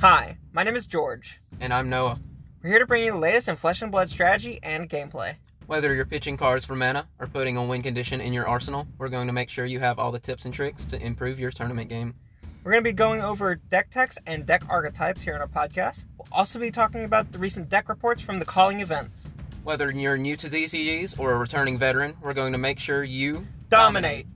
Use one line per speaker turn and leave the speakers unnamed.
Hi, my name is George.
And I'm Noah.
We're here to bring you the latest in Flesh and Blood strategy and gameplay.
Whether you're pitching cards for mana or putting a win condition in your arsenal, we're going to make sure you have all the tips and tricks to improve your tournament game.
We're going to be going over deck techs and deck archetypes here on our podcast. We'll also be talking about the recent deck reports from the calling events.
E Whether you're new to DCEs or a returning veteran, we're going to make sure you
Dominate!